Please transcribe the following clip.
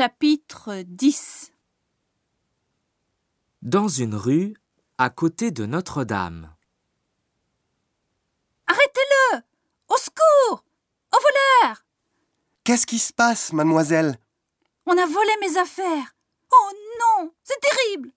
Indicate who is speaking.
Speaker 1: Chapitre 10
Speaker 2: Dans une rue, à côté de Notre-Dame.
Speaker 1: Arrêtez-le Au secours Au voleur
Speaker 3: Qu'est-ce qui se passe, mademoiselle
Speaker 1: On a volé mes affaires Oh non C'est terrible